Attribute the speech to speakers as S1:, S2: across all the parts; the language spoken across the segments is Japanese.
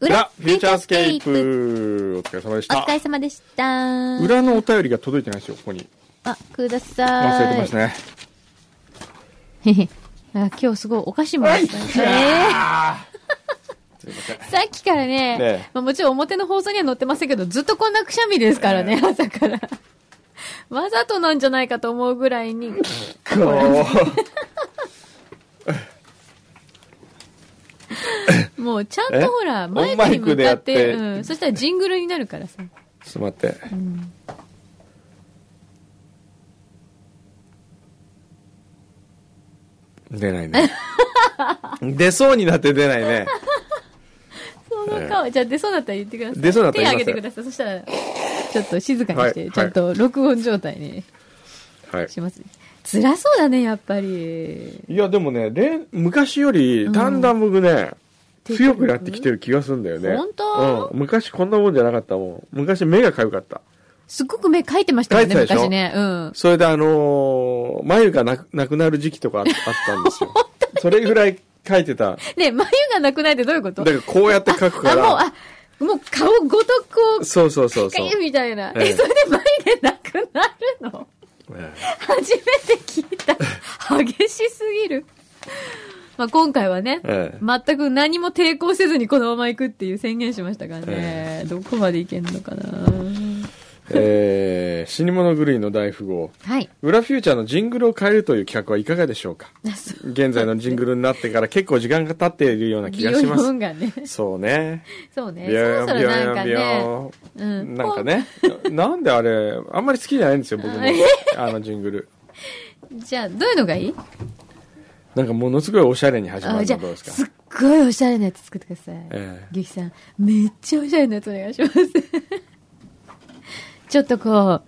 S1: 裏フューチャースケープお疲れ様でし
S2: お
S1: た
S2: 疲れ様でした。
S1: 裏のお便りが届いてないですよここに
S2: あ、ください。
S1: 忘れてましたね
S2: あ今日すごいお菓子もらった。えーさっきからね、
S1: ね
S2: まあ、もちろん表の放送には載ってませんけど、ずっとこんなくしゃみですからね、朝から。わざとなんじゃないかと思うぐらいに。
S1: こう
S2: もうちゃんとほら、マイクに向
S1: オンマイク
S2: かって、
S1: でやって
S2: うん、そしたらジングルになるからさ。
S1: ちょっと待って、出ないね出そうになって出ないね
S2: その顔、じゃあ出そうだったら言ってください。
S1: 出そうだったら
S2: 手
S1: 言いま
S2: 挙
S1: す
S2: げてください。そしたら、ちょっと静かにして、
S1: はい
S2: ちゃんと録音状態に
S1: はい
S2: します。辛そうだね、やっぱり。
S1: いやでもねれん昔よりだんだん僕ね、
S2: うん
S1: 強くなってきてる気がするんだよね
S2: 本当
S1: うん、昔こんなもんじゃなかったもん昔目が痒かった
S2: すっごく目描いてましたもんね、
S1: 描いてたでしょ
S2: 昔ね。うん。
S1: それであのー眉がなくなくなる時期とかああったんですよそれぐらい描いてた
S2: ね、眉がなくないってどういうこと
S1: だからこうやって描くか
S2: あ、もう、
S1: ら
S2: あ、もう顔ごとこう、
S1: そうそうそう
S2: か
S1: そう
S2: ゆみたいな。
S1: え
S2: え、
S1: え
S2: それで眉毛なくなるの
S1: え
S2: 初めて聞いた。激しすぎる。まあ、今回はね、
S1: ええ
S2: 全く何も抵抗せずにこのまま行くっていう宣言しましたからね。どこまで行けんのかな
S1: えー死に物狂いの大富豪
S2: はい。
S1: 裏フューチャーのジングルを変えるという企画はいかがでしょうか
S2: あそう
S1: 現在のジングルになってから結構時間が経っているような気
S2: 美
S1: が
S2: 容
S1: し
S2: 院
S1: ます
S2: がね。
S1: そうね
S2: そうね。そ
S1: ビヨ
S2: ろ
S1: ン
S2: そ
S1: ビ
S2: ろな
S1: ヨ
S2: ん
S1: ン
S2: か
S1: ビ
S2: ね。
S1: ヨ
S2: う
S1: ンなんか。ねなんであれあんまり好きじゃないんですよ僕もあのジングル
S2: じゃあ、どういうのがいい
S1: なんかものすごいおしゃれに始ま
S2: あ
S1: る
S2: じゃ
S1: の
S2: あ
S1: どうですか
S2: すっごいおしゃれなやつ作ってください。
S1: ええ
S2: ゆきさん、めっちゃおしゃれなやつお願いします。 ちょっとこ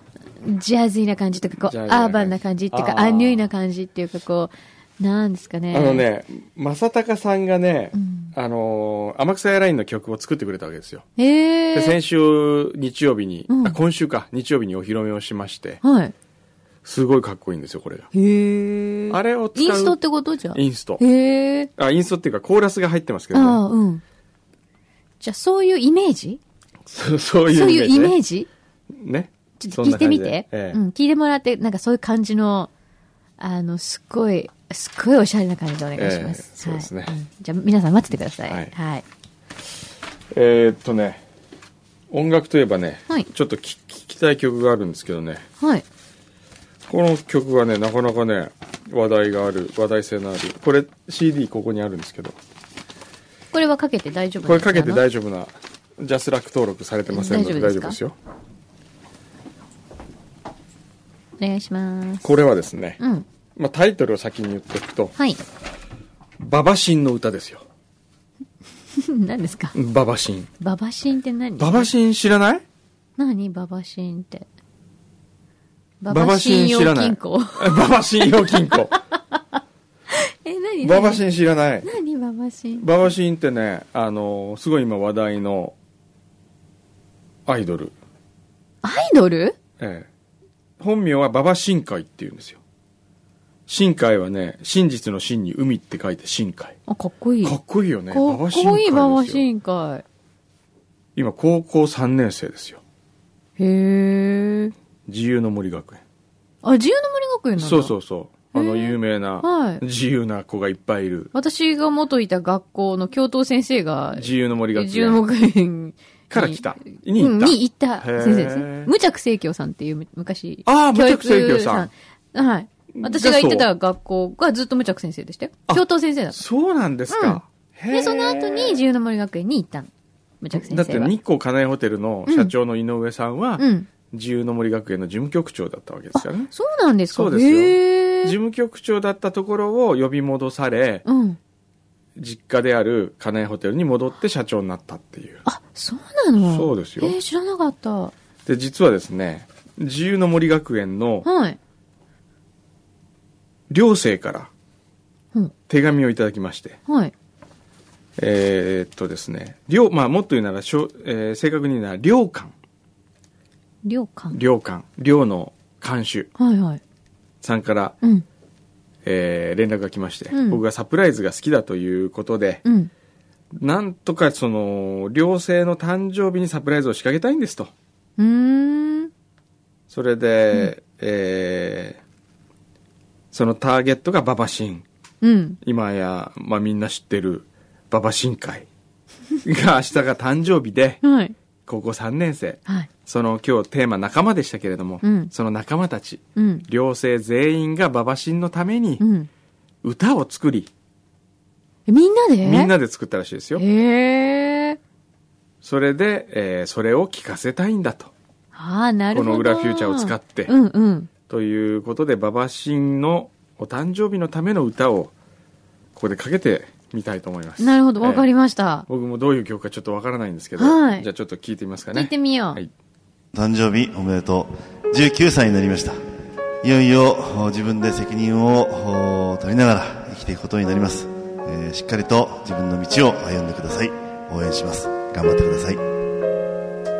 S2: う、ジャズイな感じとか、こ
S1: ジ
S2: う、
S1: ャズイな感じ
S2: アーバンな感じっていう
S1: あ
S2: か、
S1: ー
S2: アンニュイな感じっていうか、こう、なんですかね。
S1: あの。ね正隆さんがね
S2: うん
S1: あのー天草エアラインの曲を作ってくれたわけですよ
S2: え
S1: で
S2: ー。
S1: 先週日曜日に
S2: うん
S1: あ今週か日曜日にお披露目をしまして
S2: はい。
S1: すごいかっこいいんですよこれが
S2: へー。
S1: あれを使う
S2: インストってことじゃん。
S1: インスト
S2: へー。
S1: あインストっていうかコーラスが入ってますけ
S2: ああ、
S1: どね
S2: うん。じゃあ、そういうイメージ
S1: そうそう
S2: そうい
S1: いうう
S2: イメー
S1: ジ
S2: ジ
S1: ね
S2: ちょっ
S1: そ
S2: と
S1: ん
S2: 聞い
S1: な
S2: て
S1: 感じ
S2: み
S1: で
S2: て。
S1: え
S2: う
S1: え
S2: ん、聞いてもらって、なんかそういう感じの、あの、すっごい、すっごいおしゃれな感じでお願いします。
S1: ええそうですね
S2: はいんじゃあ皆さん待っててください。
S1: は
S2: はいい。はい。
S1: えーっとね音楽といえばね、
S2: はい
S1: ちょっと聞き聞きたい曲があるんですけどね
S2: はい。
S1: この曲がねなかなかね話題がある話題性のあるこれ CD ここにあるんですけど
S2: これはかけて大丈夫
S1: これかけて大
S2: 丈
S1: 丈夫なジャスラック登録されてませんので
S2: 大
S1: 大丈
S2: 丈夫
S1: 夫
S2: で
S1: ですす
S2: か
S1: よ
S2: 夫お願いします。
S1: これはですね、
S2: うん。
S1: まあ、タイトルを先に言っておくと
S2: はい。
S1: 「ババシンの歌」ですよ
S2: 何ですか
S1: ババシン
S2: ババシンって何
S1: ババシン知ら ない
S2: 何ババシンって。バ
S1: バ
S2: バ
S1: バ
S2: シ
S1: シ
S2: ン
S1: ン
S2: 用
S1: 知らない
S2: 金庫。
S1: ババシン用金 庫
S2: え、何
S1: ババシ
S2: ン。
S1: ン知らない
S2: 何ババシン
S1: ババシンってねあのすごい今話題のアイドル、
S2: アイドル
S1: ええ、本名は馬場深海っていうんですよ深海はね真実の真に海って書いて深海
S2: あ、かっこいい。
S1: かっこいいよね
S2: かっこいい
S1: 馬
S2: バ
S1: 場
S2: バ
S1: 深海ですよ
S2: シンか
S1: 今高校3年生ですよ
S2: い。へー。
S1: 自由の森学園
S2: あ、自由の森学園なんだ
S1: そうそうそうあの
S2: へえ
S1: 有名な
S2: はい
S1: 自由な子がいっぱいいる
S2: 私が元いた学校の教頭先生が、
S1: 自由の森学
S2: 自由
S1: 園
S2: 学園に
S1: から来たに
S2: う
S1: 行
S2: ん
S1: った
S2: に行った
S1: へー
S2: 先生ですね。無着生協さんっていうむ昔。
S1: ああ
S2: 教
S1: 無
S2: 育
S1: 着生協さん
S2: さん。はい。私が行ってた学校がずっと無着先生でしたよ。
S1: あ
S2: 教頭先生だった。
S1: そうなんですか、へえ
S2: で、その後に自由の森学園に行ったの。無着先生
S1: だ
S2: は。
S1: って日光金井ホテルの社長の井上さんは、
S2: うん。
S1: 自由の森学園の事務局長だったわけですからね。
S2: そうなんですか
S1: そうですよ
S2: へ
S1: 事
S2: ー
S1: 務局長だったところを呼び戻され、
S2: うん。
S1: 実家である金井ホテルに戻って社長になったっていう。
S2: あ、そうなの
S1: そうですよ
S2: えー、知らなかった。
S1: で、実はですね、自由の森学園の
S2: はい。
S1: 寮生から
S2: うん。
S1: 手紙をいただきまして、
S2: はい。
S1: えーっとですね、寮、まあもっと言うなら、しょえー正確に言うなら寮館、
S2: 寮館。
S1: 寮館、寮の監修
S2: はいはい。
S1: さんから、
S2: うん。
S1: えー連絡が来まして、
S2: うん
S1: 僕がサプライズが好きだということで、
S2: うん。
S1: なんとかその、両性の誕生日にサプライズを仕掛けたいんですと。
S2: うーん。
S1: それで、えーそのターゲットが馬場ン
S2: うん。
S1: 今や、まあ、みんな知ってる馬場ン会が明日が誕生日で、
S2: はい。
S1: 高校3年生。
S2: はい。
S1: その今日テーマ仲間でしたけれども、
S2: うん
S1: その仲間たち、
S2: うん。
S1: 両性全員が馬場ンのために
S2: うん。
S1: 歌を作り、
S2: えみんなで
S1: みんなで作ったらしいですよ。
S2: へえ。
S1: それで、えーそれを聞かせたいんだと。
S2: ああ、なるほど。
S1: この裏フューチャーを使って
S2: うんうん。
S1: ということで、馬場ンのお誕生日のための歌を、ここでかけてみたいと思います。
S2: なるほど、わかり
S1: ま
S2: ました。
S1: 僕もどういう曲かちょっとわからないんですけど、
S2: はい
S1: じゃあちょっと聞いてみますかね。
S2: 聞いてみよう。
S1: はい。
S3: 誕生日おめでとう19歳になりましたいよいよお自分で責任をお取りながら生きていくことになります、えーしっかりと自分の道を歩んでください応援します頑張ってください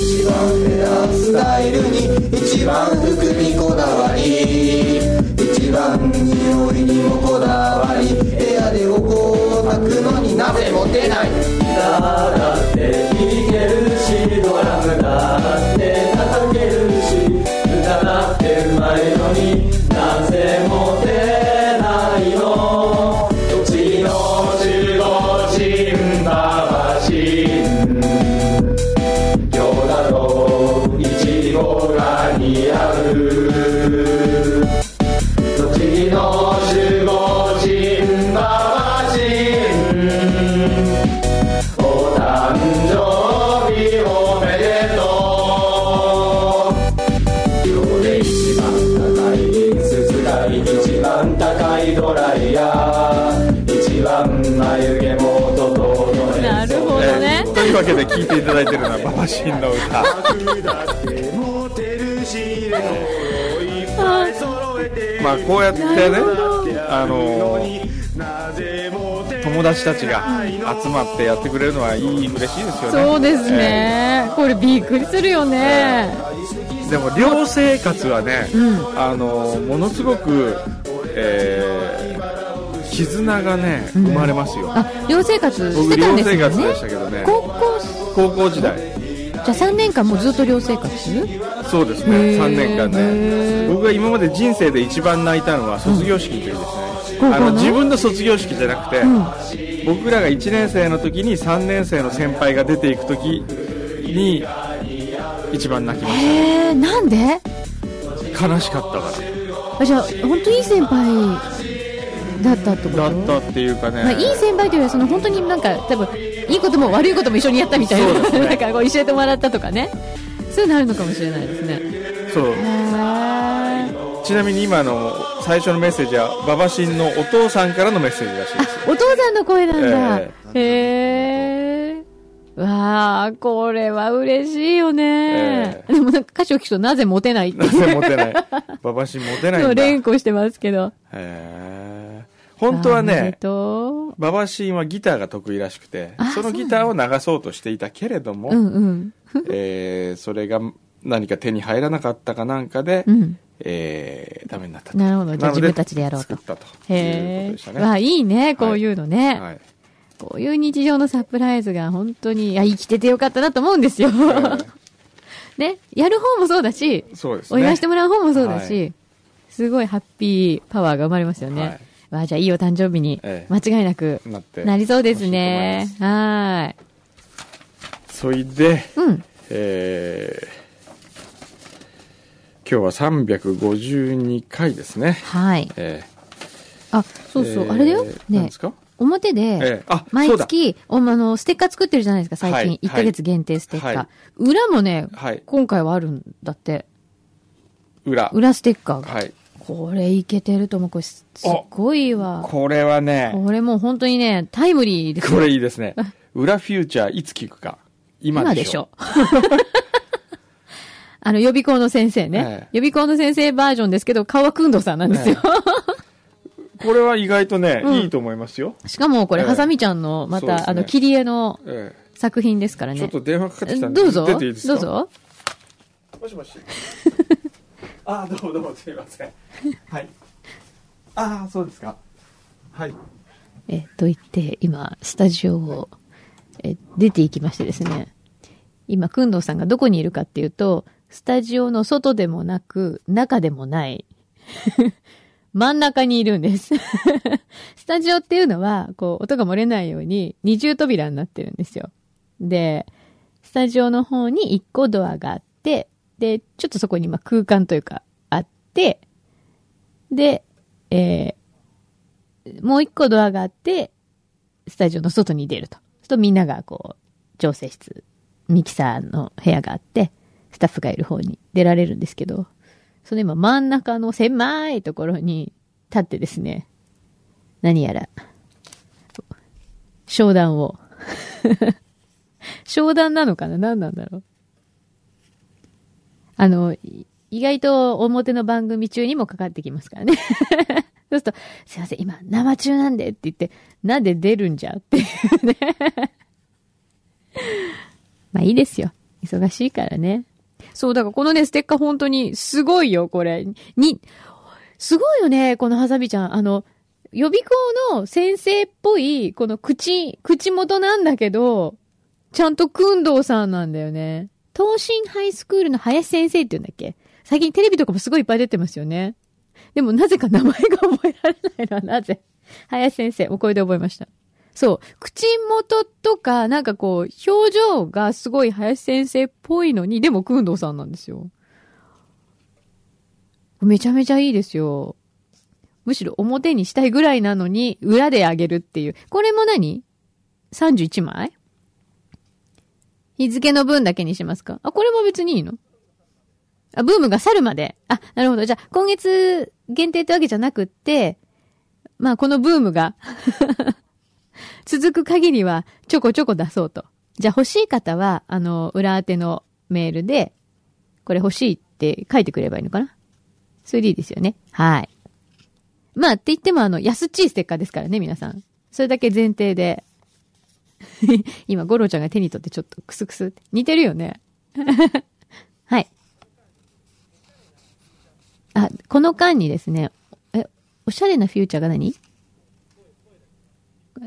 S4: スタイルに一番服にこだわり一番匂いにもこだわり部屋でお香を炊くのになぜモテない歌だって聴けるしドラムだって叩けるし歌だってうまいのになぜモテないの土地の守護神ババシン今日だろういちごが似合う栃木の守護神馬場神お誕生日おめでとう今日で一番高いリンス使い一番高いドライヤー一番眉毛も整え
S2: なるほどね。
S1: というわけで聞いていただいてるのは馬場ンの 歌。
S4: モテるし
S2: はい
S1: まあこうやってね、あの友達たちが集まってやってくれるのはいい、嬉しいですよね。
S2: そうですね。これびっくりするよね。
S1: えー。でも寮生活はね、
S2: うん
S1: あのものすごく、えー絆がね、生まれますよ。
S2: あ、寮生活し
S1: 僕
S2: てた
S1: 寮
S2: んです
S1: 生
S2: よ
S1: 活でした
S2: ね。
S1: けどね、
S2: 高校、
S1: 高校時代、
S2: じゃあ3年間もうずっと寮生活
S1: そうです
S2: へ
S1: ね、
S2: ー
S1: 3年間
S2: へ
S1: ね。僕が今まで人生で一番泣いたのは卒業式の時ですね。
S2: うん
S1: あ
S2: 高校
S1: の
S2: の
S1: 自分の卒業式じゃなくて、僕らが1年生の時に3年生の先輩が出ていく時に一番泣きまし
S2: えー、なんで
S1: た。悲しかったか
S2: あじゃあ、本当いい先輩だったってこと
S1: ら。だったっていうかね。
S2: まあ、いい先輩というよりはその本当になんか多分いいことも悪いことも一緒にやったみたい
S1: そうで
S2: な、
S1: すね
S2: なんかこう教えてもらったとかねそういうのあるのかもしれないですね
S1: そう。
S2: へー
S1: ちなみに今の最初のメッセージは、馬場新のお父さんからのメッセージらしいです よ。
S2: お父さんの声なんだ
S1: え
S2: へえわあこれは嬉しいよね、
S1: ええ
S2: でもなんか歌詞を聞くとなぜモテないって
S1: なぜモテない。馬場新モテない
S2: の
S1: んだ。
S2: 連呼してますけど
S1: へー本当は
S2: わあおめで
S1: ね、
S2: と
S1: 馬場シーンはギターが得意らしくて
S2: あ、
S1: そのギターを流そうとしていたけれども、
S2: ううんうん
S1: えーそれが何か手に入らなかったかなんかで、
S2: うん
S1: えーダメになったと
S2: なるほどじゃあ
S1: の
S2: 自分たちでやろうと
S1: 作ったということ
S2: へ
S1: でした
S2: え、わあ
S1: ね。
S2: いいねこういうのね、
S1: はい
S2: こういう日常のサプライズが本当に、いや、生きててよかったなと思うんですよ。
S1: えー
S2: ね、やる方もそうだし、
S1: そうです
S2: お
S1: ね。
S2: 祝いしてもらう方もそうだし、
S1: は
S2: すごいハッピーパワーが生まれますよね。
S1: はい
S2: わあ、じゃあいいお誕生日に、
S1: ええ
S2: 間違いなく、
S1: なって
S2: なりそうですね
S1: ほしい。
S2: は
S1: そいで、
S2: ーい。うん。
S1: えー今日は352回ですね。
S2: はい。
S1: え
S2: あ、
S1: ー
S2: そうそう、
S1: えー
S2: あれだよ。
S1: 何
S2: ね
S1: です、か
S2: 表で、
S1: ええあ
S2: 毎
S1: そうだ
S2: 月、おまあの、ステッカー作ってるじゃないですか、最近。
S1: はい
S2: 1ヶ月限定ステッカー。
S1: はい
S2: 裏もね、
S1: はい
S2: 今回はあるんだって。
S1: 裏。
S2: 裏ステッカーが。
S1: はい。
S2: これいけてると思う。これすすっごいわ。
S1: これはね、
S2: これもう本当にね、タイムリーです。
S1: これいいですね。裏フューチャーいつ聞くか。今
S2: 今
S1: で
S2: で
S1: し
S2: し
S1: ょ
S2: ょ。。 あの、予備校の先生ね。
S1: ええ
S2: 予備校の先生バージョンですけど、顔はくんどさんなんですよ。
S1: これは意外とね、
S2: うん
S1: いいと思いますよ。
S2: しかもこれ、
S1: ええ
S2: ハサミちゃんの、ま
S1: そう
S2: た、
S1: ですね
S2: あの、切り絵の
S1: え
S2: 作品ですから
S1: え
S2: ね。
S1: ちょっと電話かかってきたんで、
S2: どうぞ。
S1: 出ていいですか
S2: どう。ぞ。
S1: もしもし。ああ、どうもどうもすみませ ん。はい。ああ、そうですか。はい。
S2: えっと、言って、今、スタジオを、え、出ていきましてですね。今、くんどうさんがどこにいるかっていうと、スタジオの外でもなく、中でもない。 真ん中にいるんです。 スタジオっていうのは、こう、音が漏れないように、二重扉になってるんですよ。で、スタジオの方に一個ドアがあって、で、ちょっとそこにまあ空間というか、あって、で、えーもう一個ドアがあって、スタジオの外に出ると。そうするとみんながこう、調整室、ミキサーの部屋があって、スタッフがいる方に出られるんですけど、その今真ん中の狭いところに立ってですね、何やら、商談を。 商談なのかな何なんだろうあの、い意外と表の番組中にもかかってきますからね。そうすると、すいません、今生中なんでって言って、なんで出るんじゃっていうね。 まあいいですよ。忙しいからね。そう、だからこのね、ステッカー本当にすごいよ、これ。に、すごいよね、このハサミちゃん。あの、予備校の先生っぽい、この口、口元なんだけど、ちゃんとくんどうさんなんだよね。東進ハイスクールの林先生って言うんだっけ最近テレビとかもすごいいっぱい出てますよね。でもなぜか名前が覚えられないのはなぜ林先生、お声で覚えました。そう。口元とか、なんかこう、表情がすごい林先生っぽいのに、でも、くんどうさんなんですよ。めちゃめちゃいいですよ。むしろ表にしたいぐらいなのに、裏であげるっていう。これも何 ?31 枚日付の分だけにしますかあ、これも別にいいのあ、ブームが去るまで。あ、なるほど。じゃあ、今月限定ってわけじゃなくって、まあ、このブームが、 続く限りは、ちょこちょこ出そうと。じゃあ、欲しい方は、あの、裏宛てのメールで、これ欲しいって書いてくればいいのかなそれでいいですよね。はい。まあ、って言っても、あの、安っちいステッカーですからね、皆さん。それだけ前提で。 今、ゴロちゃんが手に取ってちょっとクスクスって。似てるよね。 はい。あ、この間にですね、え、おしゃれなフューチャーが何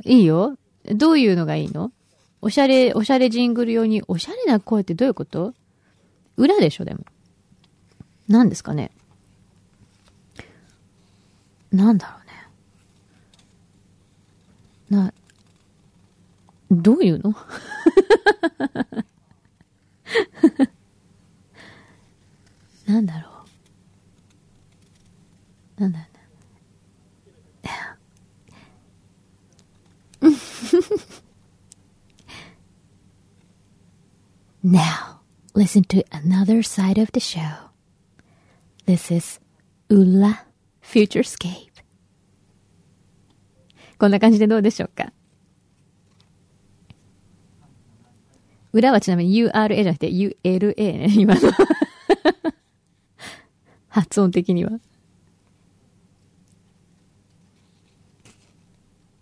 S2: いいよ。どういうのがいいのおしゃれ、おしゃれジングル用に、おしゃれな声ってどういうこと裏でしょ、でも。何ですかね。なんだろうね。な、どういうの なんだろう。なんだろうね。Now, listen to another side of the show. This is Ula Futurescape. こんな感じでどうでしょうか裏はちなみに URA じゃなくて ULA ね、今の。 発音的には。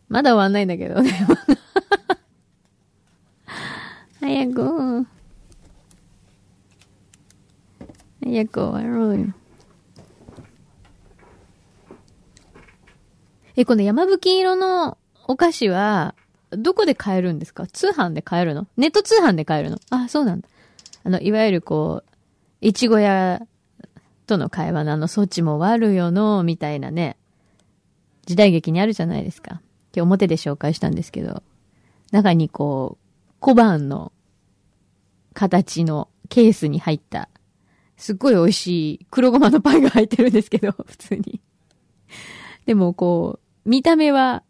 S2: まだ終わんないんだけどね。 早く。早く終わろうよ。え、この山吹色のお菓子は、どこで買えるんですか通販で買えるのネット通販で買えるのあ、そうなんだ。あの、いわゆるこう、いちご屋との会話のあの、そっちも悪よの、みたいなね、時代劇にあるじゃないですか。今日表で紹介したんですけど、中にこう、小判の形のケースに入った、すっごい美味しい黒ごまのパイが入ってるんですけど、 普通に。でもこう、見た目は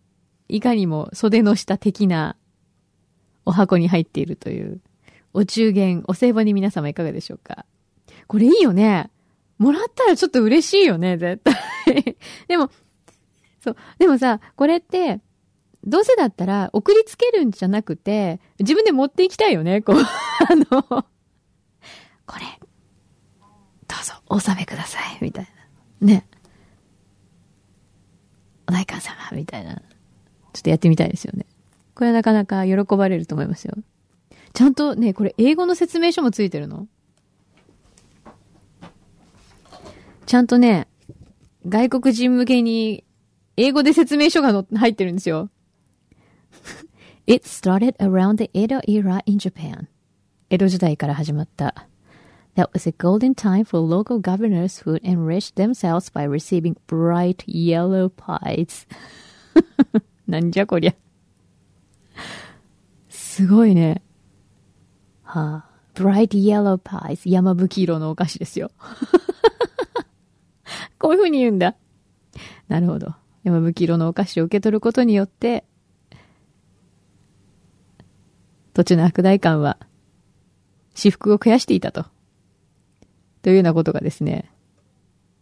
S2: いかにも袖の下的なお箱に入っているという、お中元、お歳暮に皆様いかがでしょうかこれいいよね。もらったらちょっと 嬉しいよね、絶対。でも、そう。でもさ、これって、どうせだったら、送りつけるんじゃなくて、自分で持っていきたいよね、こう。あの、これ、どうぞ、お納めください、みたいな。ね。お代官様、みたいな。ちょっとやってみたいですよね。これはなかなか喜ばれると思いますよ。ちゃんとね、これ英語の説明書もついてるのちゃんとね、外国人向けに英語で説明書がの入ってるんですよ。It started around the Edo era in Japan. 江戸時代から始まった。That was a golden time for local governors who enriched themselves by receiving bright yellow pies. なんじゃこりゃ。すごいね。はあ、bright yellow pies. 山吹色のお菓子ですよ。 こういう風に言うんだ。なるほど。山吹色のお菓子を受け取ることによって、土地の悪代官は、私服を肥やしていたと。というようなことがですね、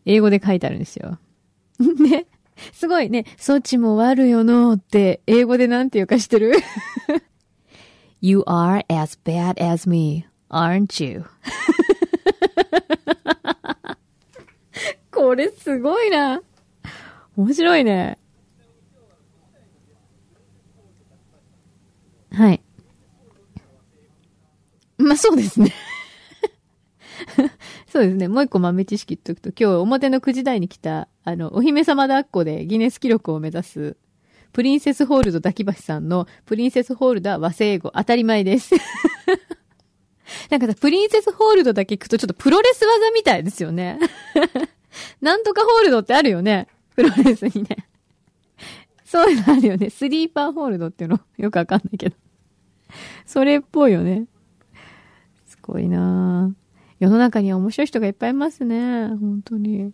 S2: 英語で書いてあるんですよ。 ね。すごいね、そっちも悪よのうって、英語でなんていうかしてる ?You are as bad as me, aren't you? これすごいな。面白いね。はい。まあ、そうですね。そうですね。もう一個豆知識言っとくと、今日表の9時台に来た、あの、お姫様抱っこでギネス記録を目指す、プリンセスホールド滝橋さんの、プリンセスホールドは和製英語、当たり前です。 なんかさ、プリンセスホールドだけ聞くとちょっとプロレス技みたいですよね。 なんとかホールドってあるよね。プロレスにね。そういうのあるよね。スリーパーホールドっていうの。よくわかんないけど。それっぽいよね。すごいなぁ世の中には面白い人がいっぱいいますね。本当に。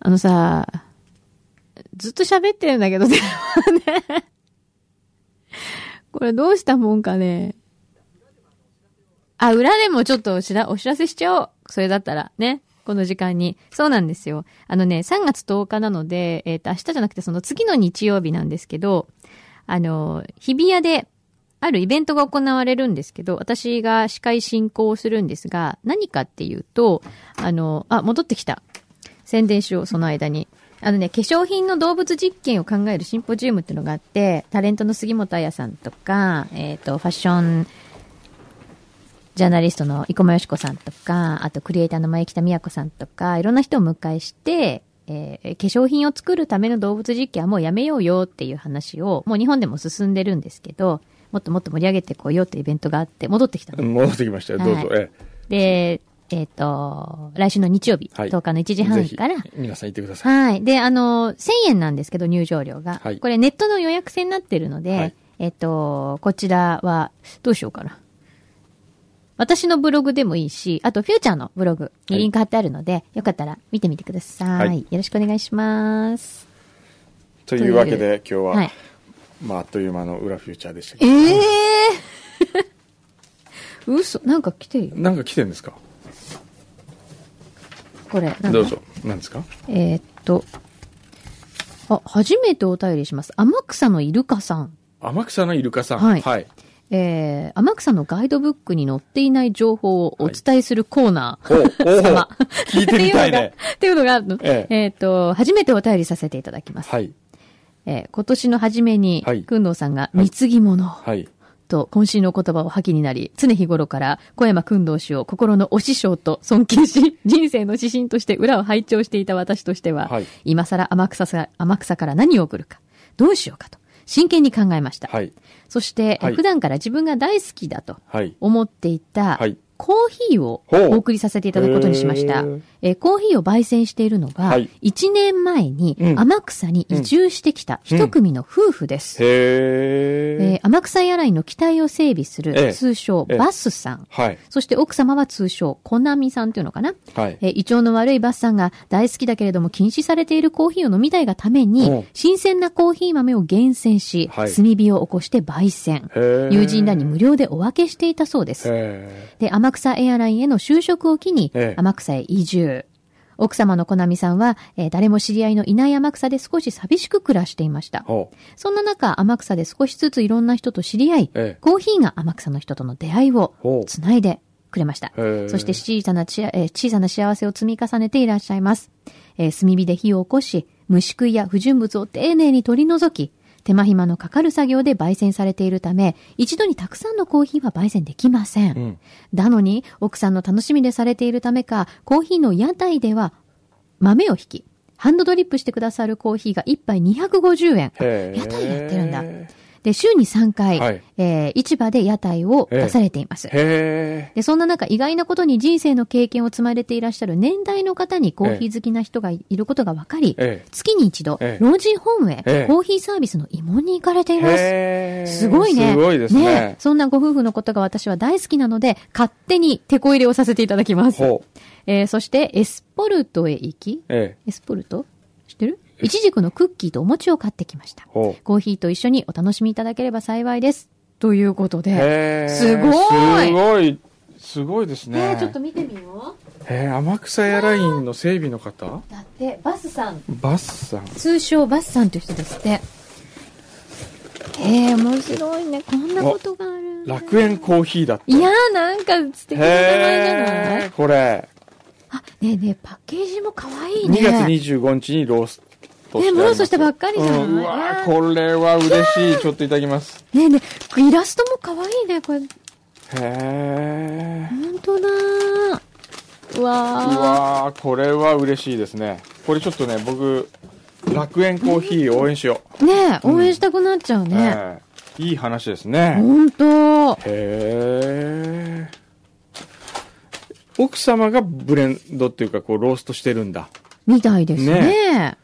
S2: あのさ、ずっと喋ってるんだけど、電話ね。これどうしたもんかね。あ、裏でもちょっとお知らお知らせしちゃおう。それだったら、ね。この時間に。そうなんですよ。あのね、3月10日なので、えっ、と、明日じゃなくてその次の日曜日なんですけど、あの、日比谷で、あるイベントが行われるんですけど、私が司会進行をするんですが、何かっていうと、あの、あ、戻ってきた。宣伝しよう、その間に。あのね、化粧品の動物実験を考えるシンポジウムっていうのがあって、タレントの杉本彩さんとか、えっ、と、ファッションジャーナリストの生駒よしこさんとか、あとクリエイターの前北美也子さんとか、いろんな人を迎えして、えー化粧品を作るための動物実験はもうやめようよっていう話を、もう日本でも進んでるんですけど、もっともっと盛り上げてこうようっていうイベントがあって、戻ってきたの。
S1: 戻ってきましたよ、どうぞ。
S2: はい
S1: え
S2: で、えっ、と、来週の日曜日、
S1: はい
S2: 10日の1
S1: え
S2: 時半
S1: ぜひ
S2: から、
S1: 皆さん行ってください。
S2: はい。で、あの、1000円なんですけど、入場料が。
S1: はい
S2: これネットの予約制になってるので、
S1: はい
S2: えっと、こちらは、どうしようかな。私のブログでもいいし、あと、フューチャーのブログにリンク貼ってあるので、よかったら見てみてください。
S1: はい
S2: よろしくお願いします。
S1: というわけで、今日は、
S2: はい。
S1: まあ、あっという間の裏フューチャーでしたけ
S2: え
S1: ど。
S2: えー、 嘘、なんか来てるよ。
S1: なんか来てるんですか
S2: これ。なんだ
S1: どうぞ。何ですか
S2: えーっと、あ、初めてお便りします。天草のイルカさん。
S1: 天草のイルカさん。
S2: はい
S1: はい。
S2: えー、天草のガイドブックに載っていない情報をお伝えするコーナー。
S1: おうおう
S2: 様
S1: 聞いてみたいね。
S2: っていうのが、っていうのがあるの。
S1: え
S2: えーっと、初めてお便りさせていただきます。
S1: はい。
S2: えー今年の初めに、
S1: はい
S2: くんどうさんが、貢ぎ物。
S1: はい。
S2: と、渾身の言葉を吐きになり、常日頃から小山君堂氏を心のお師匠と尊敬し、 人生の指針として裏を拝聴していた私としては、
S1: はい
S2: 今更天草さ天草から何を送るか、どうしようかと、真剣に考えました。
S1: はい。
S2: そして、
S1: はい
S2: 普段から自分が大好きだと
S1: はい。
S2: 思っていた、
S1: はい
S2: コーヒーを
S1: ほう
S2: お送りさせていただくことにしまし
S1: へ
S2: た
S1: ー。
S2: えーコーヒーを焙煎しているのが、
S1: はい
S2: 1年前に
S1: うん
S2: 天草に移住してきた一組の夫婦です。え
S1: へ
S2: ー天草エアラインの機体を整備す
S1: ええ
S2: る、通称、
S1: ええ
S2: バスさん。
S1: ー。はい。
S2: そして奥様は通称、コナミさんというのかな、
S1: はい。
S2: えー胃腸の悪いバスさんが大好きだけれども禁止されているコーヒーを飲みたいがため
S1: うん
S2: に、新鮮なコーヒー豆を厳選し、
S1: はい
S2: 炭火を起こして焙煎。
S1: へー
S2: 友人らに無料でお分けしていたそうです。
S1: へ
S2: で、天草エアラインへの就職を機に
S1: ええ、
S2: 天草へ移住。奥様のコナミさんは、えー誰も知り合いのいない天草で少し寂しく暮らしていました。
S1: ほう。
S2: そんな中、天草で少しずついろんな人と知り合い、
S1: ええ
S2: コーヒーが天草の人との出会いを
S1: ほう
S2: つないでくれました
S1: へえ。
S2: そして小さなちや、えー小さな幸せを積み重ねていらっしゃいます。えー炭火で火を起こし、虫食いや不純物を丁寧に取り除き、手間暇のかかる作業で焙煎されているため、一度にたくさんのコーヒーは焙煎できません。
S1: ん
S2: なのに、奥さんの楽しみでされているためか、コーヒーの屋台では豆を引き、ハンドドリップしてくださるコーヒーが1杯250円。
S1: へえ
S2: 屋台でやってるんだ。で、週に3回、
S1: はい
S2: えー市場で屋台を出されています。
S1: へえ。
S2: で、そんな中、意外なことに人生の経験を積まれていらっしゃる年代の方にコーヒー好きな人がいることが分かり、
S1: ええ
S2: 月に一度、
S1: ええ
S2: 老人ホームへ
S1: ええ
S2: コーヒーサービスの慰問に行かれています。
S1: へー
S2: すごいね。
S1: すごいです
S2: え
S1: ね。
S2: そんなご夫婦のことが私は大好きなので、勝手に手こ入れをさせていただきます。
S1: ほう。
S2: えーそして、エスポルトへ行き、
S1: ええ。
S2: エスポルト知ってるいちじくのクッキーとお餅を買ってきました。
S1: ほう。
S2: コーヒーと一緒にお楽しみいただければ幸いです。ということで。
S1: へー
S2: すごい
S1: すごい。すごいです
S2: えー
S1: ね。
S2: ちょっと見てみよ
S1: えー、天草エアラインの整備の方
S2: う。だって、バスさん、
S1: バスさん。
S2: 通称バスさんという人ですって。えー、面白いね。こんなことがある。
S1: 楽園コーヒーだって。
S2: いやー、なんか素敵な名前じゃない
S1: へーこれ。
S2: あ、ねえねえ、パッケージも可愛いね。
S1: 2月25日にローストしてあります。
S2: ねローストしたばっかりじゃない
S1: うんうわーこれは嬉しい。ちょっといただきます。
S2: ねえねえ、イラストも可愛いね、これ。
S1: へえ。
S2: 本当だー。うわ
S1: う
S2: ー。
S1: わーこれは嬉しいですね。これちょっとね、僕、楽園コーヒー応援しよ
S2: ねえ、応援したくなっちゃう
S1: う。
S2: ね。
S1: えーいい話ですね。
S2: 本当
S1: へえ。奥様がブレンドっていうか、こう、ローストしてるんだ。
S2: みたいですね。
S1: ね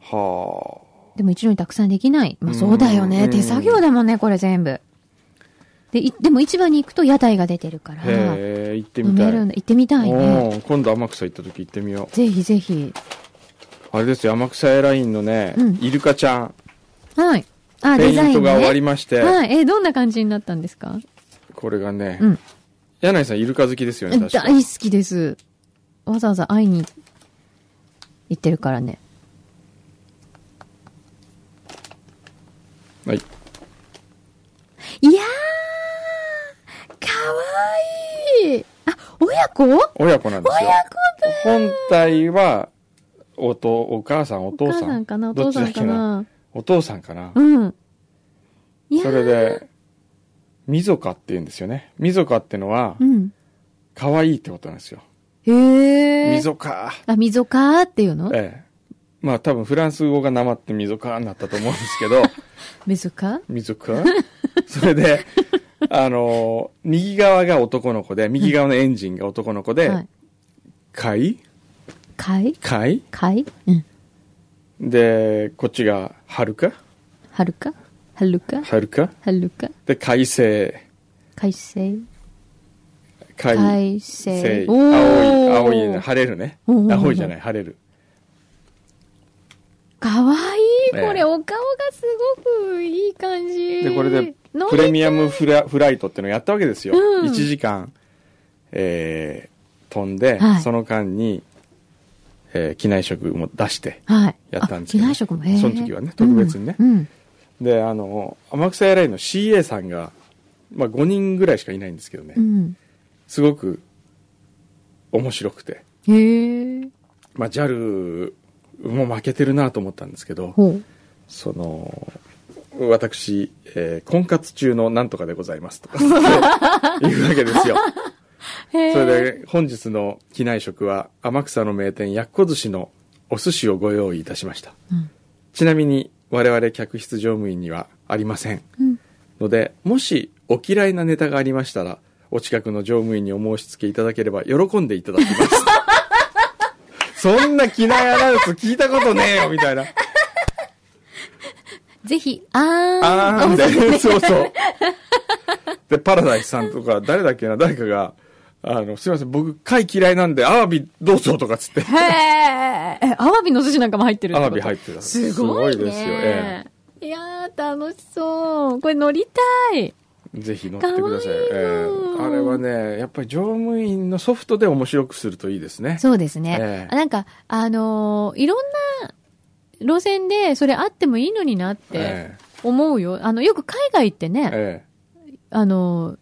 S1: は
S2: でも一度にたくさんできない。まあそうだよ
S1: う
S2: ね。
S1: ん
S2: 手作業だもんね、これ全部。で、いでも市場に行くと屋台が出てるから
S1: あ。。へえ、行って
S2: 飲
S1: みた
S2: め
S1: い。
S2: るんだ。行ってみたいね。
S1: うん今度天草行った時行ってみよ
S2: ぜひぜ
S1: う。
S2: ひ。
S1: あれですよ、天草エアラインのね、
S2: うん
S1: イルカちゃん、
S2: はい。あ、
S1: ペ
S2: デザ
S1: イン
S2: イ
S1: ト
S2: ン
S1: が終わり
S2: ね。
S1: まして、
S2: はい。え、どんな感じになったんですか
S1: これがね、
S2: うん。
S1: 柳井さんイルカ好きですよね、確か
S2: 大好きです。わざわざ会いに行ってるからね。
S1: はい。
S2: いやーかわいいあ、親子親子
S1: 親子なんですよ。
S2: で
S1: 本体は、おと、お母さん、お父
S2: お
S1: さん。
S2: 母さんかなお
S1: どっ
S2: 父
S1: ち
S2: さ
S1: だ
S2: ん
S1: っけ
S2: かな
S1: お父さんかな。
S2: うん。いやー
S1: それ。で、みぞかって言うんですよね。みぞかってのは
S2: う、ん。
S1: 可愛いってことなんですよ。
S2: へえ。
S1: み。ぞか。
S2: あ、溝かーっていうの
S1: ええ。まあ多分フランス語がなまってみぞかになったと思うんです けど、
S2: 溝か
S1: みぞかそれで、あのー右側が男の子で、右側のエンジンが男の子で、
S2: はい。
S1: かい
S2: かい
S1: かい
S2: かいうん。
S1: で、こっちがはるか
S2: はるかはるか
S1: はるか
S2: はるか
S1: で、海星。
S2: 海星
S1: 海
S2: 海
S1: せい。
S2: 星お
S1: 青
S2: ー
S1: い、青いね、晴れるね。
S2: おー
S1: 青いじゃない、晴れる。
S2: かわいい
S1: ええ
S2: これ、お顔がすごくいい感じ。
S1: で、これで、
S2: 飲
S1: プレ
S2: み
S1: ミアムフラフライトってのをやったわけですよ。
S2: うん
S1: 1時間、えー、飛んで、
S2: はい
S1: その間に、えー機内食も出して、
S2: はい。
S1: やったんですけど
S2: あ機内食も、へえ
S1: その時はね特別にね
S2: うん。うん
S1: で、あの、天草エアラインの CA さんが、まあ5人ぐらいしかいないんですけどね、
S2: うん。
S1: すごく面白くて、
S2: へえ。
S1: まあ JAL も負けてるなと思ったんですけど、
S2: ほう。
S1: その、私、えー婚活中のなんとかでございますと か言うわけですよ。
S2: へえ。
S1: それで、本日の機内食は天草の名店やっこ寿司のお寿司をご用意いたしました。
S2: うん。
S1: ちなみに我々客室乗務員にはありません。
S2: うん。
S1: ので、もしお嫌いなネタがありましたら、お近くの乗務員にお申し付けいただければ喜んでいただきます。 そんな機内アナウンス聞いたことねえよみたいな。
S2: ぜひ、あーん。
S1: あーん
S2: お酒
S1: で、そうそう。で、パラダイスさんとか、誰だっけな、誰かが、あの、すいません、僕、貝嫌いなんで、アワビどうぞとかっつ って、
S2: へえ。え、アワビの寿司なんかも入ってるっ
S1: ア
S2: てこと
S1: ワビ入ってた。
S2: すごいね。
S1: ですよ。え
S2: いやー、楽しそう。これ乗りたい。
S1: えぜひ乗ってください。
S2: かわいいな
S1: えーあれはね、やっぱり乗務員のソフトで面白くするといいですね。
S2: そうですね。
S1: ええ
S2: なんか、あのーいろんな路線でそれあってもいいのになって
S1: え
S2: 思うよ。あの、よく海外ってね
S1: え、え
S2: あのー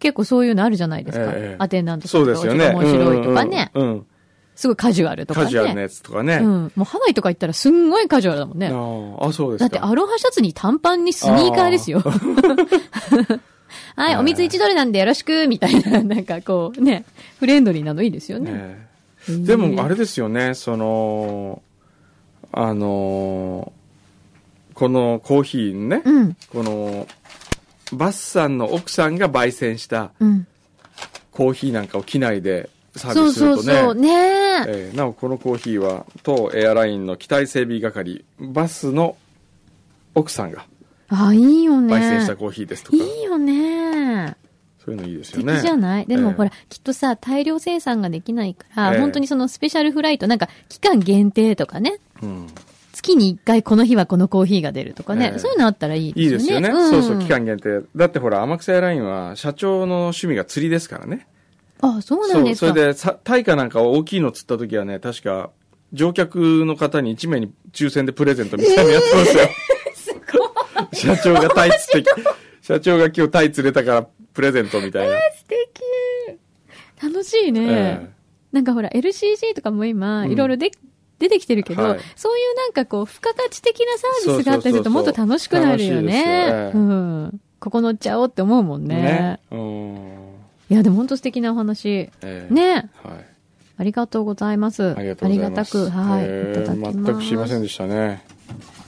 S2: 結構そういうのあるじゃないですか。
S1: ええ
S2: アテンダント
S1: え
S2: とか
S1: そうですよね。
S2: 面白いとかね、
S1: うんうんうんうん
S2: すごいカジュアルとかね。
S1: カジュアルなやつとかね。
S2: うん。もうハワイとか行ったらすんごいカジュアルだもんね。
S1: あああ、そうで
S2: だっ
S1: す
S2: て
S1: か。
S2: アロハシャツに短パンにスニーカーですよ。 はい、お水1ドルなんでよろしく、みたいな、 なんかこう、ね、フレンドリーなのいいですよね。
S1: ええで
S2: いいね
S1: も、あれですよね、その、あのーこのコーヒーね、
S2: うん、
S1: この、バスさんの奥さんが焙煎した
S2: うん。
S1: コーヒーなんかを機内でサー
S2: そ
S1: ビ
S2: う
S1: スする
S2: そ
S1: とね。
S2: うそう、ねえ。
S1: えーなおこのコーヒーは当エアラインの機体整備係バスの奥さんが
S2: あ、いいよね。
S1: 焙煎したコーヒーですとか、
S2: いいよね。
S1: そういうのいいですよ
S2: 敵
S1: ね
S2: じゃない、でも
S1: えー
S2: ほら、きっとさ、大量生産ができないから、
S1: ええ
S2: 本当にそのスペシャルフライト、なんか期間限定とかね、
S1: うん
S2: 月に1回この日はこのコーヒーが出るとかね、
S1: ええ
S2: そういうのあったらいい
S1: いいで
S2: です
S1: す
S2: よ
S1: よ
S2: ね。
S1: ね、そうそう期間限定だってほら天草エアラインは社長の趣味が釣りですからね
S2: あ、そうなんですか。
S1: それでさ対価なんかを大きいの釣った時はね確か乗客の方に1名に抽選でプレゼントみたいなのやって ますよ、社長がタイ釣って社長が今日タイ釣れたからプレゼントみたいな、
S2: 素敵楽しいね、
S1: ええ
S2: なんかほら LCC とかも今
S1: うん
S2: いろいろで出てきてるけど、
S1: はい
S2: そういうなんかこう付加価値的なサービスがあったりするとも
S1: そ
S2: っ
S1: う
S2: と
S1: そうそうそう
S2: 楽しくなる
S1: 楽しい
S2: よね
S1: ですよええ
S2: うんここ乗っちゃおうって思うもんね
S1: ねうん
S2: いやでも本当素敵なお話、
S1: ええ
S2: ね
S1: はい
S2: ありがとうございます
S1: ありがとうございます。
S2: ありがたくはい、
S1: えー
S2: いただきます
S1: 全く知りませんでしたね。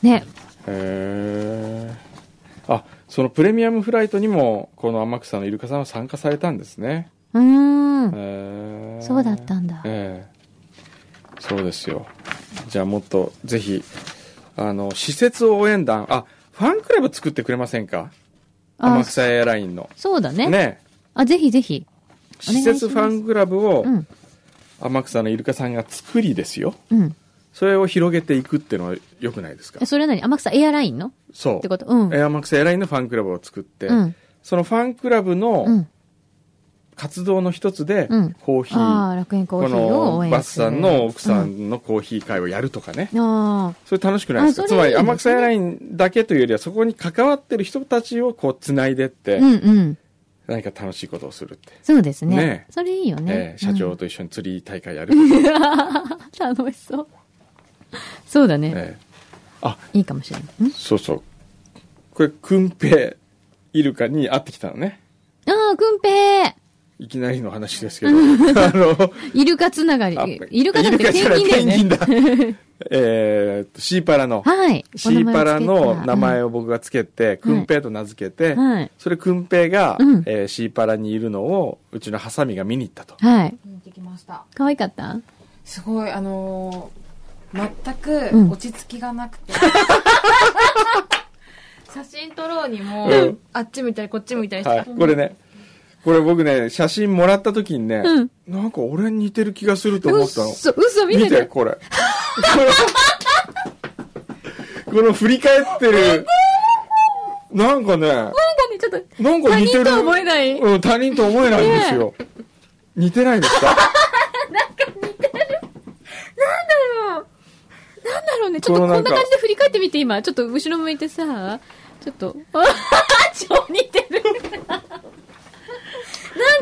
S2: ね
S1: えー、あ、そのプレミアムフライトにも、この天草のイルカさんは参加されたんですね。
S2: うーん
S1: えー
S2: そうだったんだ
S1: えーそうですよ。じゃあもっと、ぜひ、あの、施設応援団、あ、ファンクラブ作ってくれませんか
S2: あ
S1: 天草エアラインの。
S2: そうだね
S1: ね。
S2: あぜひぜひお願
S1: 施
S2: いします
S1: 設ファンクラブを
S2: うん
S1: 天草のイルカさんが作りですよ。
S2: うん
S1: それを広げていくっていうのは良くないですか
S2: えそれは何天草エアラインの
S1: そう。
S2: ってことうん
S1: エアマックスエアラインのファンクラブを作って、
S2: うん
S1: そのファンクラブ
S2: う
S1: の
S2: ん
S1: 活動の一つで、
S2: うん
S1: コーヒー、
S2: ああ楽園コ
S1: こ
S2: ーヒーを応
S1: の
S2: 援
S1: バス
S2: する
S1: さんの奥さんのコーヒー会をやるとかね。
S2: あ
S1: それ楽しくないですか
S2: あ
S1: つ
S2: それ
S1: ま
S2: いい
S1: り、
S2: ですね
S1: 天草エアラインだけというよりは、そこに関わってる人たちをこう、繋いでって、
S2: あ、うんうん。
S1: 何か楽しいことをするって。
S2: そうですね。
S1: ね
S2: それいいよ
S1: え。
S2: ね
S1: ー社
S2: う
S1: 長
S2: ん
S1: と一緒に釣り大会やるとか、
S2: 楽しそう。そうだね。
S1: えー
S2: いいかもしれない。ん
S1: そうそう。これ、くんぺい、イルカに会ってきたのね。
S2: ああ、くんぺ
S1: いきなりの話です けど、あの、
S2: ーイルカつながり
S1: あ。
S2: イルカじゃなくてペ
S1: イルカ
S2: ンギンだよね。
S1: じゃないペンギン だえーっと、シーパラの、
S2: はい。
S1: シーパラの名前
S2: を。
S1: を僕がつけて、くんぺいと名付けて、
S2: はい
S1: それくんぺいが、
S2: うん
S1: えーシーパラにいるのを、うちのハサミが見に行ったと。
S2: はい。
S5: 見てきました
S2: 可愛かった
S5: すごいあのー全
S2: うん
S5: く落ち着きがなくて、写真撮ろうにも、
S1: うん
S5: あっち向いたりこっち向いたりして、
S1: はい。 これね、これ僕ね、写真もらった時にね、
S2: うん
S1: なんか俺に似てる気がすると思ったの。
S2: 嘘、嘘見
S1: 見
S2: て
S1: て、
S2: る。
S1: これ。この、 この振り返ってる、なんかね、
S2: なんかね、ちょっと、
S1: なんか似てる。
S2: 他人とは思えない
S1: うん、他人と思えないんですよ。似てないですか
S2: なんだろうね。ちょっと
S1: こ
S2: こ
S1: の
S2: ん
S1: なん
S2: な
S1: か
S2: 感じで振り返ってみて、今。ちょっと後ろ向いてさ、ちょっと、 あはは超似てる。なん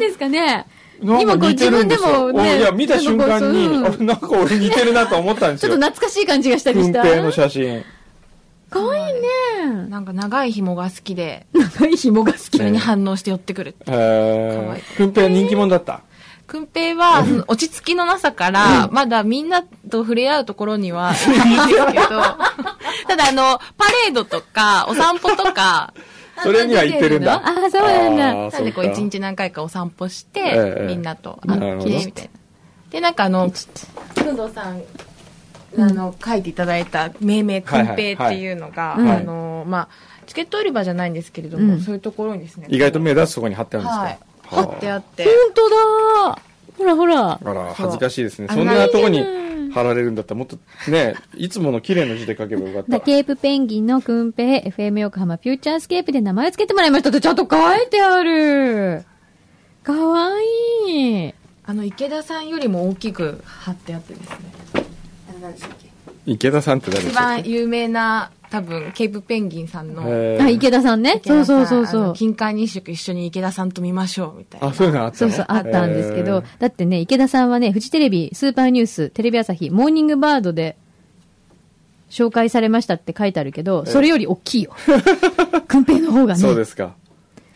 S2: ですかね。
S1: なんか似てるんですよ
S2: 今こう自分でもね
S1: うんいや、見た瞬間に、
S2: なんかこう
S1: あなんか俺似てるなと思ったんで
S2: ち
S1: す
S2: ょっ
S1: よ。
S2: と懐かしい感じがしたり
S1: 軍
S2: した。
S1: 兵の写真。
S2: かわいいね。
S5: なんか長い紐が好きで
S2: 長い紐が好き
S5: そ。れに反応して寄ってくる
S1: え
S5: わい
S1: ー
S5: い、
S1: 軍兵人気者だった。
S5: くんぺいは、その落ち着きのなさから、まだみんなと触れ合うところにはいないんですけど、ただあの、パレードとか、お散歩とか、
S1: それには行ってるんだ。
S2: あーそうなんだ
S1: あー
S5: なんでこう
S1: そっ
S5: 一
S1: か
S5: 日何回かお散歩して、
S1: ええ
S5: みんなと
S1: な
S5: 会
S1: るほ
S5: っ
S1: ど
S5: て、みたいな。で、なんかあの、工藤さん、あの、書いていただいた命名くんぺいっていうのが、
S1: はいはいはい
S5: あの、まあ、チケット売り場じゃないんですけれども、
S2: うん
S5: そういうところにですね。
S1: 意外と目立つとこに貼ってあるんですか、
S5: はい。貼
S1: はあ
S5: ってあって。
S2: 本当だ。ほらほら。
S1: あら、恥ずかしいですね。
S5: そう
S1: そんなとこに
S2: あらいいじゃない
S1: 貼られるんだったらもっとね、いつもの綺麗な字で書けばよかった
S2: だ
S1: わ。
S2: ケープペンギンのくんぺい、FM 横浜フューチャースケープで名前つけてもらいましたってちゃんと書いてある。かわいい。
S5: あの、池田さんよりも大きく貼ってあってですね。
S6: 何でしたっけ
S1: 池田さんって誰で
S5: 一
S1: したっ
S5: 番
S1: け
S5: 有名な、多分、ケープペンギンさんの。
S1: えー
S2: あ、池田さんね。
S5: 池
S2: そう
S5: 田さ
S2: そうそ
S5: ん
S2: う
S5: あ
S2: そ
S5: の
S2: う。
S5: 金環日食一緒に池田さんと見ましょう、みたいな。
S1: あ、そういうのあった
S2: そ
S1: の
S2: うそう、あったんですけ
S1: え
S2: ど
S1: ー、
S2: だってね、池田さんはね、フジテレビ、スーパーニュース、テレビ朝日、モーニングバードで紹介されましたって書いてあるけど、それより大きいよ。くんぺいの方がね。
S1: そうですか。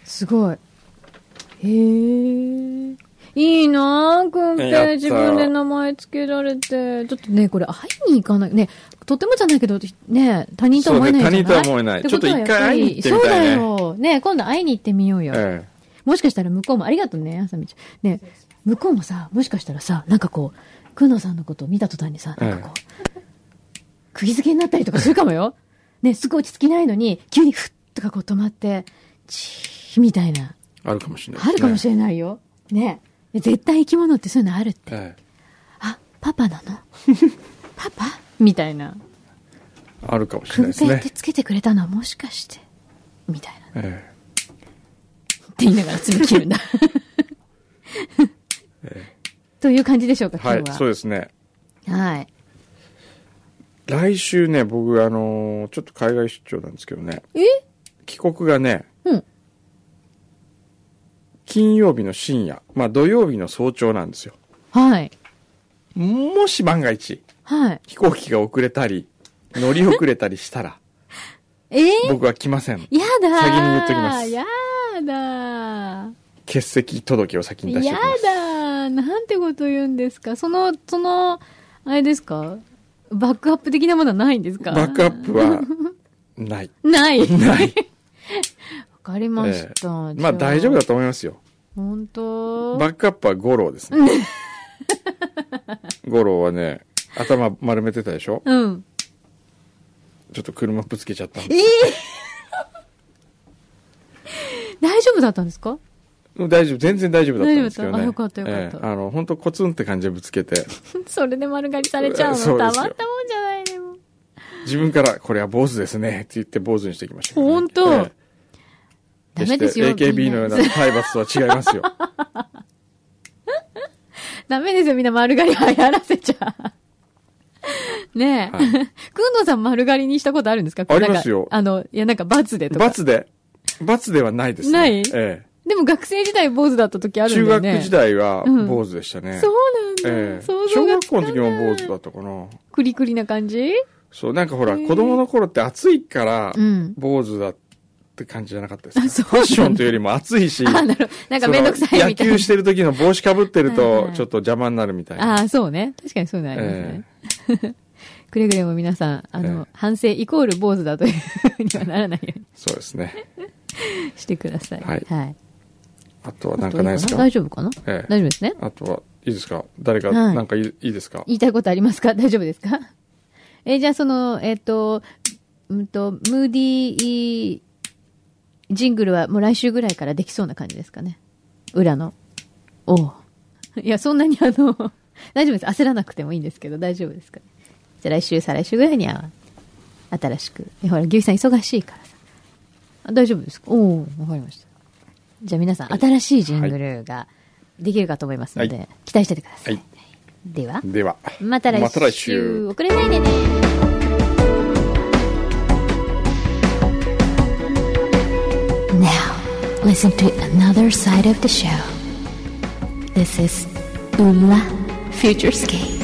S2: すごい。へえ。いいなあ、くん
S1: やった
S2: ぺい自分で名前つけられて。ちょっとね、これ、会いに行かない。ね、とてもじゃないけど、ね、他人とは思えないじゃな
S1: そう
S2: い
S1: ね他人とは思えない
S2: てことは
S1: ちょっと一回会いに行ってみたいね
S2: やっぱりそうだよ。ね、今度会いに行ってみようよ。
S1: え
S2: もしかしたら向こうも、ありがとうね、あさみちゃん。ね、向こうもさ、もしかしたらさ、なんかこう、くのさんのことを見た途端にさ、なんかこう、釘付けになったりとかするかもよ。ね、すぐ落ち着きないのに、急にふっとかこう止まって、チーみたいな、
S1: えあるかもしれない。
S2: あるかもし
S1: れ
S2: れないよ。ね。絶対生き物ってそういうのあるって。
S1: ない。ええ
S2: あ、パパ なのパパみたいな。
S1: あるかもしれ
S2: く
S1: ない
S2: ん
S1: です
S2: ぺいっ
S1: ね
S2: て。つけてくれたのはもしかして、みたいな。
S1: ええ
S2: って言いながら爪切るんだ。 という感じでしょうか、今
S1: はい
S2: 日、は。
S1: そうですね。
S2: はい。
S1: 来週ね、僕、あのーちょっと海外出張なんですけどね。
S2: え
S1: 帰国がね、
S2: うん
S1: 金曜日の深夜、まあ土曜日の早朝なんですよ。
S2: はい。
S1: もし万が一、
S2: はい。
S1: 飛行機が遅れたり、乗り遅れたりしたら、
S2: えー、
S1: 僕は来ません。
S2: やだー
S1: 先に言っときます
S2: やだー
S1: 欠席届を先に出して
S2: や
S1: おきます。
S2: だーなんてこと言うんですかその、その、あれですかバックアップ的なものはないんですか
S1: バックアップは、ない。
S2: ない。わ
S1: ない。
S2: かりました。
S1: ええ
S2: じゃ
S1: まあ大丈夫だ。と思いますよ。
S2: 本当
S1: バックアップは五郎ですね。 五郎はね、頭丸めてたでしょ
S2: うん。
S1: ちょっと車ぶつけちゃったんで
S2: ええ大丈夫だったんですか
S1: うん大丈夫、全然大丈夫だったんですけどね。
S2: 大丈夫だったあよかったよかった
S1: ええあの、本当コツンって感じでぶつけて、
S2: それで丸刈りされちゃうの、
S1: そう
S2: たま
S1: で
S2: っ
S1: す
S2: た
S1: よ
S2: もんじゃないでも。
S1: 自分から、これは坊主ですね、って言って坊主にしてきましたけどね、
S2: 本当ダ
S1: 決
S2: メ
S1: して
S2: ですよ。み
S1: AKB
S2: ん
S1: の
S2: な
S1: ような体罰とは違いますよ。
S2: ダメですよ、みんな丸刈り流行らせちゃ。 ねえ。
S1: はい
S2: くんのさん丸刈りにしたことあるんですか
S1: ありますよ
S2: なんかあの、いや、なんか罰でとか。
S1: 罰で、罰ではないですね。
S2: ない
S1: え
S2: でも学生時代坊主だった時あ
S1: え
S2: る
S1: 中
S2: んだよ
S1: 学
S2: ね。
S1: 時代は
S2: うん
S1: 坊主でしたね。
S2: そうなんだ。
S1: ええ
S2: 想像
S1: 小
S2: が
S1: 学
S2: つか
S1: 校
S2: ない
S1: の時も坊主だったかな。
S2: クリクリな感じ
S1: そう、なんかほら、
S2: へえ
S1: 子供の頃って暑いから
S2: うん、
S1: 坊主だって感じじゃなかったですか、
S2: あそう
S1: ファッションというよりも暑いし、
S2: あ、なるほど。なんかめんどくさいみ
S1: そ
S2: たい
S1: の
S2: な
S1: 野球。してる時の帽子かぶってる
S2: はいは
S1: と
S2: い、
S1: ちょっと邪魔になるみたいな。
S2: ああ、そうね。確かにそういうのありますね。 くれぐれも皆さん、あの、
S1: ええ
S2: 反省イコール坊主だというふうにはならないよう
S1: そうですね。
S2: にしてください。
S1: はい
S2: はい。
S1: あとはなんかないですか
S2: 大丈夫かな
S1: ええ
S2: 大丈夫ですね。
S1: あとは、いいですか誰か、
S2: はい
S1: なんかいいいいですか
S2: 言いたいことありますか 大丈夫ですかえーじゃあその、えっ、と、うんと、ムーディージングルはもう来週ぐらいからできそうな感じですかね。裏の。おう いや、そんなにあの、 大丈夫です。焦らなくてもいいんですけど、大丈夫ですかね。じゃあ来週、再来週ぐらいには、新しく。えほら、牛さん忙しいからさ。あ大丈夫ですかおおわかりました。じゃあ皆さん、新しいジングルができるかと思いますので、
S1: は
S2: 期待しててください
S1: はい
S2: では。
S1: では。
S2: また来週。
S1: また来週
S2: 遅れないでね。
S7: Now, listen to another side of the show. This is Ula Futurescape.